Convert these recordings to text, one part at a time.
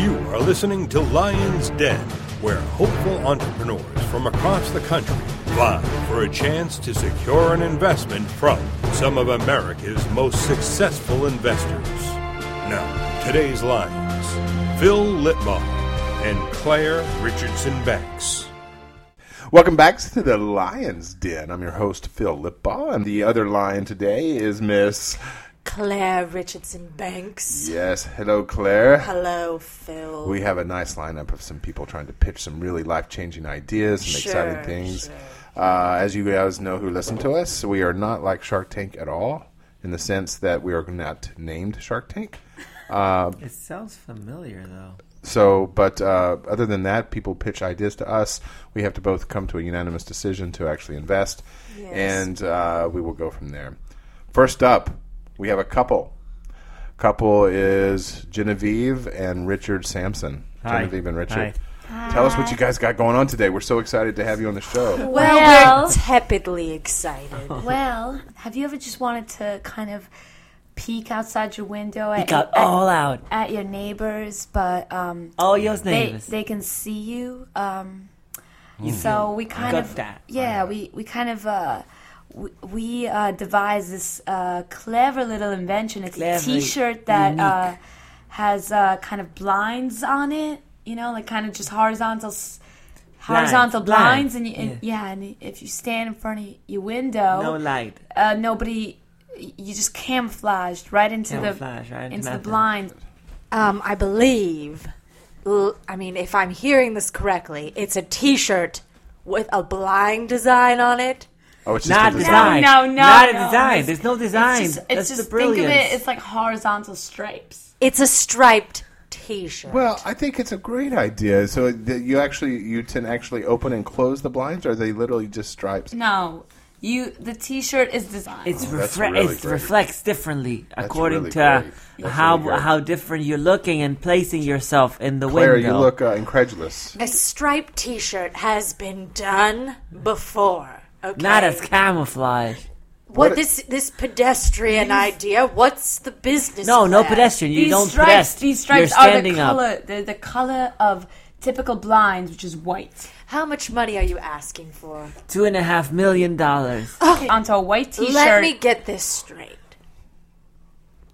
You are listening to Lion's Den, where hopeful entrepreneurs from across the country vie for a chance to secure an investment from some of America's most successful investors. Now, today's Lions Phil Litbaugh and Claire Richardson Banks. Welcome back to the Lion's Den. I'm your host, Phil Lipbaugh, and the other lion today is Miss. Claire Richardson Banks. Yes, hello, Claire. Hello, Phil. We have a nice lineup of some people trying to pitch some really life changing ideas, some Sure, exciting things. sure. Uh, as you guys know who listen to us, we are not like Shark Tank at all in the sense that we are not named Shark Tank. It sounds familiar though. So, but uh, other than that, people pitch ideas to us. We have to both come to a unanimous decision to actually invest, Yes. and uh, we will go from there. First up, we have a couple. Couple is Genevieve and Richard Sampson. Hi. Genevieve and Richard. Tell us what you guys got going on today. We're so excited to have you on the show. well, Well- we're tepidly excited. Well, have you ever just wanted to kind of peek outside your window at, Got at, all out. at your neighbors, but um, All your they names. they can see you. Um, so we kind Mm-hmm. Got of that. yeah we we kind of. Uh, we- we uh, devised this uh, clever little invention. It's Clever, a T-shirt that uh, has uh, kind of blinds on it. You know, like kind of just horizontal, s- horizontal blinds, blinds, and, you, and yeah. and if you stand in front of your window, no light. uh, nobody. You just camouflaged right into Camouflage, the right into into the nothing. blind. Um, I believe, l- I mean, if I'm hearing this correctly, it's a t shirt with a blind design on it. Oh, it's just Not a design. No, no, Not a no. design. There's no design. It's just, That's it's the just think of brilliance. it. It's like horizontal stripes. It's a striped t shirt. Well, I think it's a great idea. So that you actually you can actually open and close the blinds, or are they literally just stripes? No, you. The T-shirt is designed. It's that's refre- really it great. reflects differently according really to great. That's how really great. how different you're looking and placing yourself in the Claire, window. you look uh, incredulous. a striped t shirt has been done before. Okay. not as camouflage. what, What- this this pedestrian idea. What's the business? No, no plan? pedestrian. You these don't stripes. protest. These stripes you're are the standing color. up. They're the color of typical blinds, which is white. How much money are you asking for? Two and a half million dollars. Onto a white T-shirt. Let me get this straight.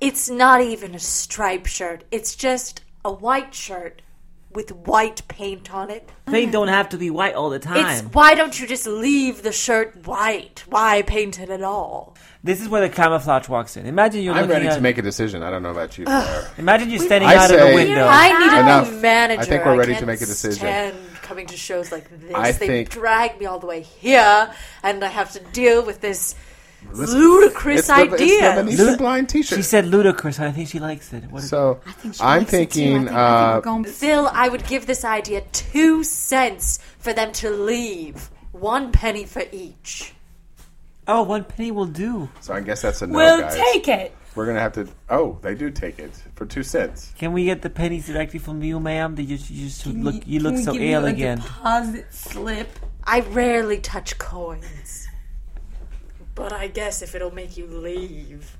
It's not even a striped shirt. It's just a white shirt with white paint on it. they don't have to be white all the It's time. why don't you just leave the shirt white? Why paint it at all? this is where the camouflage walks in. Imagine you're I'm looking ready at, to make a decision. I don't know about you. Claire. Imagine you're standing I out of say- the window. I need a Enough. new manager. I think we're ready to can't make a decision. Stand coming to shows like this, I they think- drag me all the way here, and I have to deal with this ludicrous the- idea. it's the Venetian Lu- blind T-shirt. She said ludicrous. I think she likes it. What is so I'm She likes it too. I thinking. think- I think uh, we're going- Phil, I would give this idea two cents for them to leave. One penny for each. Oh, one penny will do. so I guess that's a no, we'll guys. take it. We're gonna have to. Oh, they do take it for two cents. Can we get the pennies directly from you, ma'am? That you, you just look you Can look we so give you a elegant. Deposit slip. I rarely touch coins. But I guess if it'll make you leave.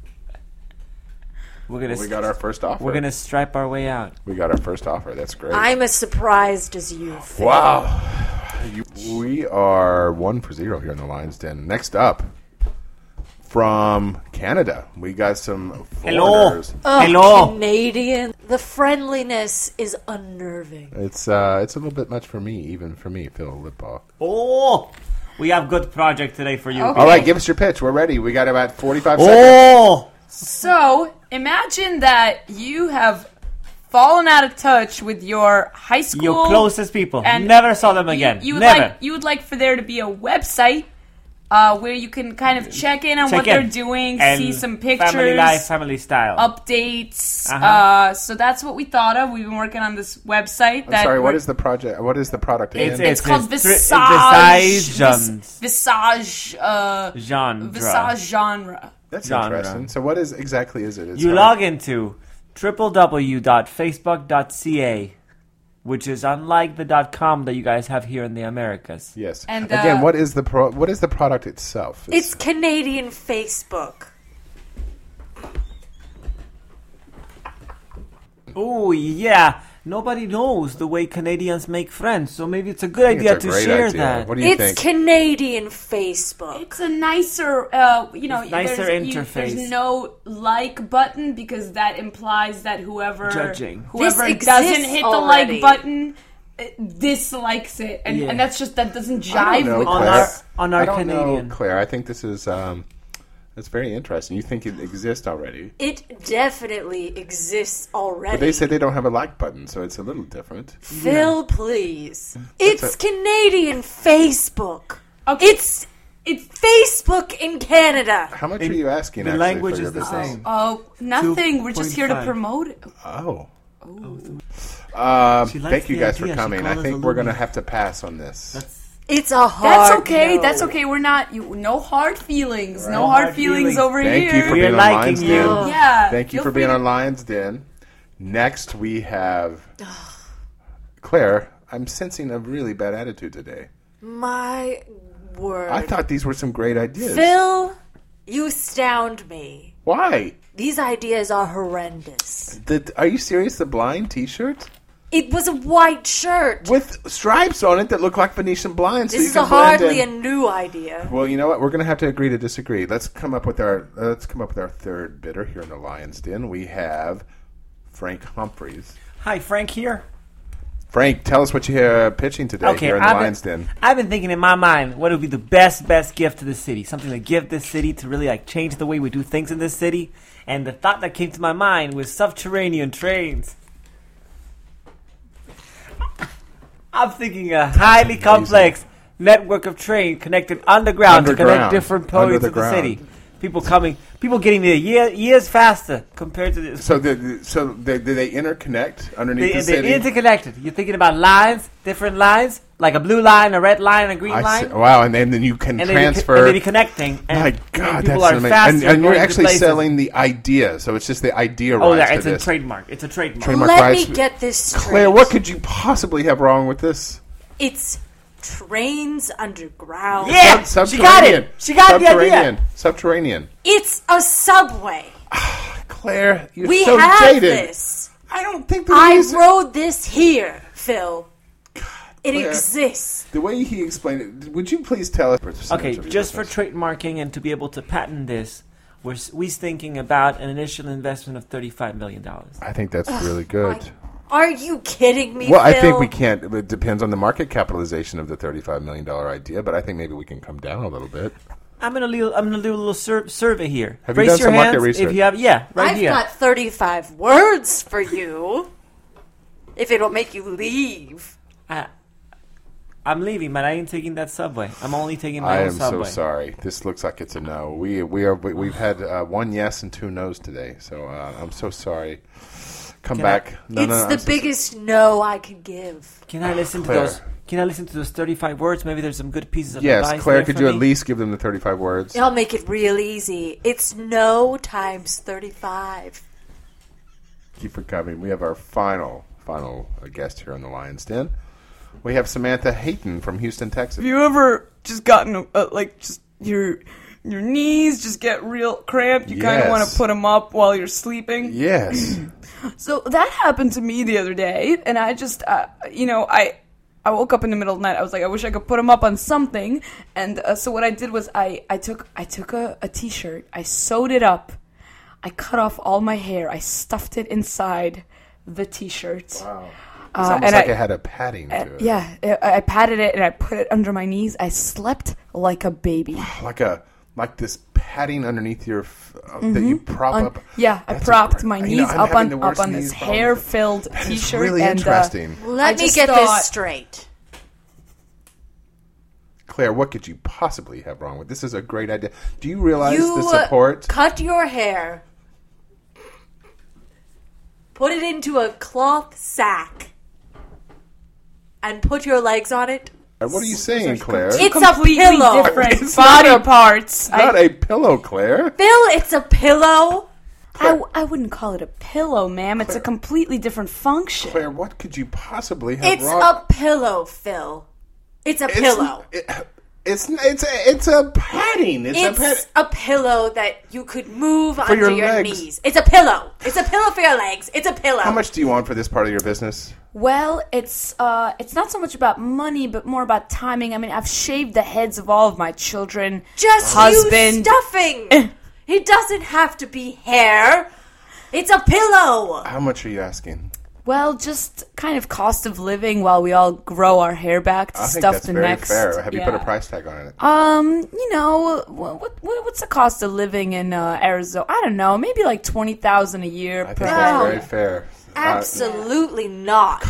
We're gonna We st- got our first offer. we're gonna stripe our way out. We got our first offer. That's great. I'm as surprised as you, Phil. wow. You, we are one for zero here in the Lions Den. Next up, from Canada, we got some Hello, foreigners. Oh. Oh, hello. Canadian. The friendliness is unnerving. It's uh, it's a little bit much for me, even for me, Phil Lipbaugh. Oh, we have good project today for you. All right, give us your pitch. We're ready. We got about 45 seconds. Oh, So imagine that you have fallen out of touch with your high school, your closest people. and Never saw them you- again. You, would Never. like you would like for there to be a website uh, where you can kind of check in on Check what in. they're doing, And see some Family pictures, life, family style. updates. Uh-huh. uh so that's what we thought of. We've been working on this website. that Sorry, what we're- is the project? What is the product? It's- again? It's called It's Visage. Visageons. Vis- Visage. Uh, Genre. Visage genre. That's genre. interesting. So, what is exactly is it? It's you how- log into www.facebook.ca, which is unlike the .com that you guys have here in the Americas. Yes. and, again, uh, what is the pro- what is the product itself? It's Canadian Facebook. Oh yeah, Nobody knows the way Canadians make friends, so maybe it's a good idea it's a to great share idea. that. What do you It's think? Canadian Facebook. It's a nicer, uh, you know, It's nicer there's, you- interface. there's no like button because that implies that whoever Judging. whoever This doesn't exists hit already. the like button uh, dislikes it, and, Yeah. and that's just that doesn't I jive don't know, with On Claire. our- us. on our I don't Canadian. know, Claire. I think this is um, it's very interesting. You think it exists already, It definitely exists already. but they said they don't have a like button, so it's a little different. Phil, please. It's Canadian Facebook. Okay. It's it's Facebook in Canada. How much are you asking? The actually, language for your is the business? same. Oh, nothing. We're just here to 2.5. promote it. Oh. Um, She likes thank you the guys idea. for She coming. I called us think we're alumni. going to have to pass on this. It's a hard. That's okay. no. That's okay. We're not. You, no hard feelings. No hard, hard feelings, feelings. over Thank here. you for We are being on liking Lions you. Den. yeah. Thank you feel for free being to- on Lions Den. Next, we have Claire. I'm sensing a really bad attitude today. My word. I thought these were some great ideas. Phil, you astound me. Why? These ideas are horrendous. The, are you serious? The blind T-shirt It was a white shirt. with stripes on it that look like Venetian blinds. so This you is can a blend hardly a in. new idea. Well, you know what? We're going to have to agree to disagree. Let's come up with our uh, let's come up with our third bidder here in the Lions Den. We have Frank Humphreys. Hi, Frank here. Frank, tell us what you're uh, pitching today Okay, here in the I've Lions been, Den. I've been thinking in my mind what would be the best, best gift to the city, something to give this city to really like change the way we do things in this city. And the thought that came to my mind was subterranean trains. I'm thinking a highly complex network of train connected underground, to Underground. connect different Under points the of the city. ground. People coming, people getting there year, years faster compared to this. So, the- the, so they, do they interconnect underneath They, the they're city? interconnected. You're thinking about lines, different lines, like a blue line, a red line, a green I line. see. Wow, and then, then you can and they transfer. and they be connecting. And, My and God, people that's are amazing. faster And, and you're going to actually places. selling the idea, so it's just the idea Oh, rise yeah, to it's this. a trademark. It's a trademark. Trademark. Let me Christ. get this straight. Claire, what could you possibly have wrong with this? It's trains underground. Yeah! Sub- She got it. subterranean. She got the idea. Subterranean. Subterranean. It's a subway. Claire, you're We so have jaded. this. I don't think the I reason- wrote this here, Phil. It Claire. exists. the way he explained it. Would you please tell us? Okay, just for trademarking and to be able to patent this, we're s- we's thinking about an initial investment of thirty-five million dollars. I think that's really good. Are you kidding me, Well, I Phil? think we can't. It depends on the market capitalization of the thirty-five million dollar idea, but I think maybe we can come down a little bit. I'm gonna do, I'm gonna do a little sur- survey here. Have you Raise done your some market hands research? if you have. Yeah, right I've here. got 35 words for you. If it'll make you leave. I, I'm leaving, but I ain't taking that subway. I'm only taking my I own am so subway. sorry. This looks like it's a no. We we are we, we've had uh, one yes and two nos today, so uh, I'm so sorry. Come Can I- back. No, it's no, the I'm so biggest no I could give. Can I listen Claire. to those? Can I listen to those thirty-five words? Maybe there's some good pieces of sorry. yes, advice Claire, there could for you at me? least give them the thirty-five words? I'll make it real easy. It's no times 35. Keep for coming. We have our final final uh, guest here on the Lions Den. We have Samantha Hayton from Houston, Texas. Have you ever just gotten uh, like just your your knees just get real cramped? You kind Yes. of want to put them up while you're sleeping. Yes. So that happened to me the other day, and I just uh, you know I. I woke up in the middle of the night. I was like, I wish I could put them up on something. And uh, so what I did was I, I took I took a, a t-shirt. I sewed it up. I cut off all my hair. I stuffed it inside the t-shirt. Wow. It's Uh, almost and like I, it had a padding Uh, to it. Uh, yeah, I, I patted it and I put it under my knees. I slept like a baby. Like a like this padding underneath your f- uh, that you prop on- up. Mm-hmm. yeah, I That's propped great- my you know, knees I'm up having on the up worst on this knees problems. hair-filled That is T-shirt. really and, uh, interesting. Let I me just get thought- this straight. Claire, what could you possibly have wrong with this? Is a great idea. Do you realize You the uh, support? cut your hair, put it into a cloth sack, and put your legs on it. Uh, what are you saying, Claire? It's a completely pillow. different It's not body a- parts. not I, a pillow, Claire. Bill, it's a pillow. I, I wouldn't call it a pillow, ma'am. It's a completely different function. Claire, what could you possibly have It's wrong? a pillow, Phil. It's a pillow. It, It's it's a, it's a padding. It's, It's a pad. a pillow that you could move onto your your legs. knees. It's a pillow. It's a pillow for your legs. It's a pillow. How much do you want for this part of your business? Well, it's uh, it's not so much about money, but more about timing. I mean, I've shaved the heads of all of my children. Just husband. use stuffing. it doesn't have to be hair. It's a pillow. How much are you asking? Well, just kind of cost of living while we all grow our hair back to I think stuff that's the very next. fair. Have you put a yeah. price tag on it? Um, you know, what, what what's the cost of living in uh, Arizona? I don't know, maybe like twenty thousand a year. I per- think that's very fair. Uh, Absolutely not.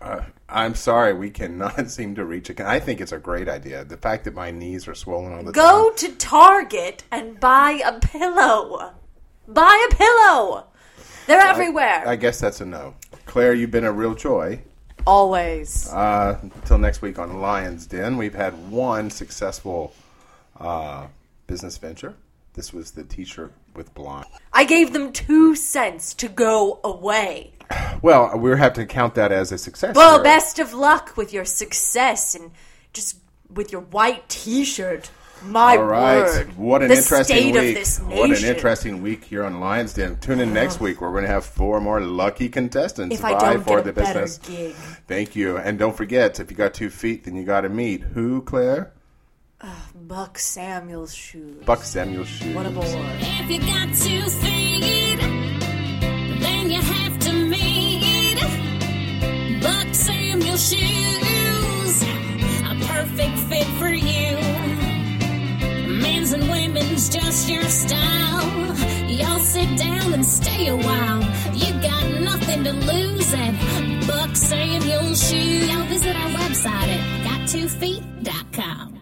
Uh, I'm sorry, we cannot seem to reach it. I think it's a great idea. The fact that my knees are swollen all the Go time. to Target and buy a pillow. Buy a pillow. They're everywhere. I guess that's a no. Claire, you've been a real joy. Always. Uh, until next week on Lion's Den, we've had one successful uh, business venture. This was the teacher with blind. I gave them two cents to go away. Well, we have to count that as a success. Well, here. best of luck with your success and just with your white T-shirt. My All right. word! What an the interesting state week. Of this nation. Oh. What an interesting week here on Lions Den. Tune in next week. We're going to have four more lucky contestants. If vie I don't for get a the better business. gig. Thank you. And don't forget, if you got two feet, then you got to meet who, Claire? Buck Samuel's shoes. Buck Samuel Shoes. What a boy. If you got two feet, then you have to meet Buck Samuel shoes, a perfect fit for you. Men's and women's, just your style. Y'all sit down and stay a while. You got nothing to lose at Buck Samuel shoes. Y'all visit our website at got2feet.com.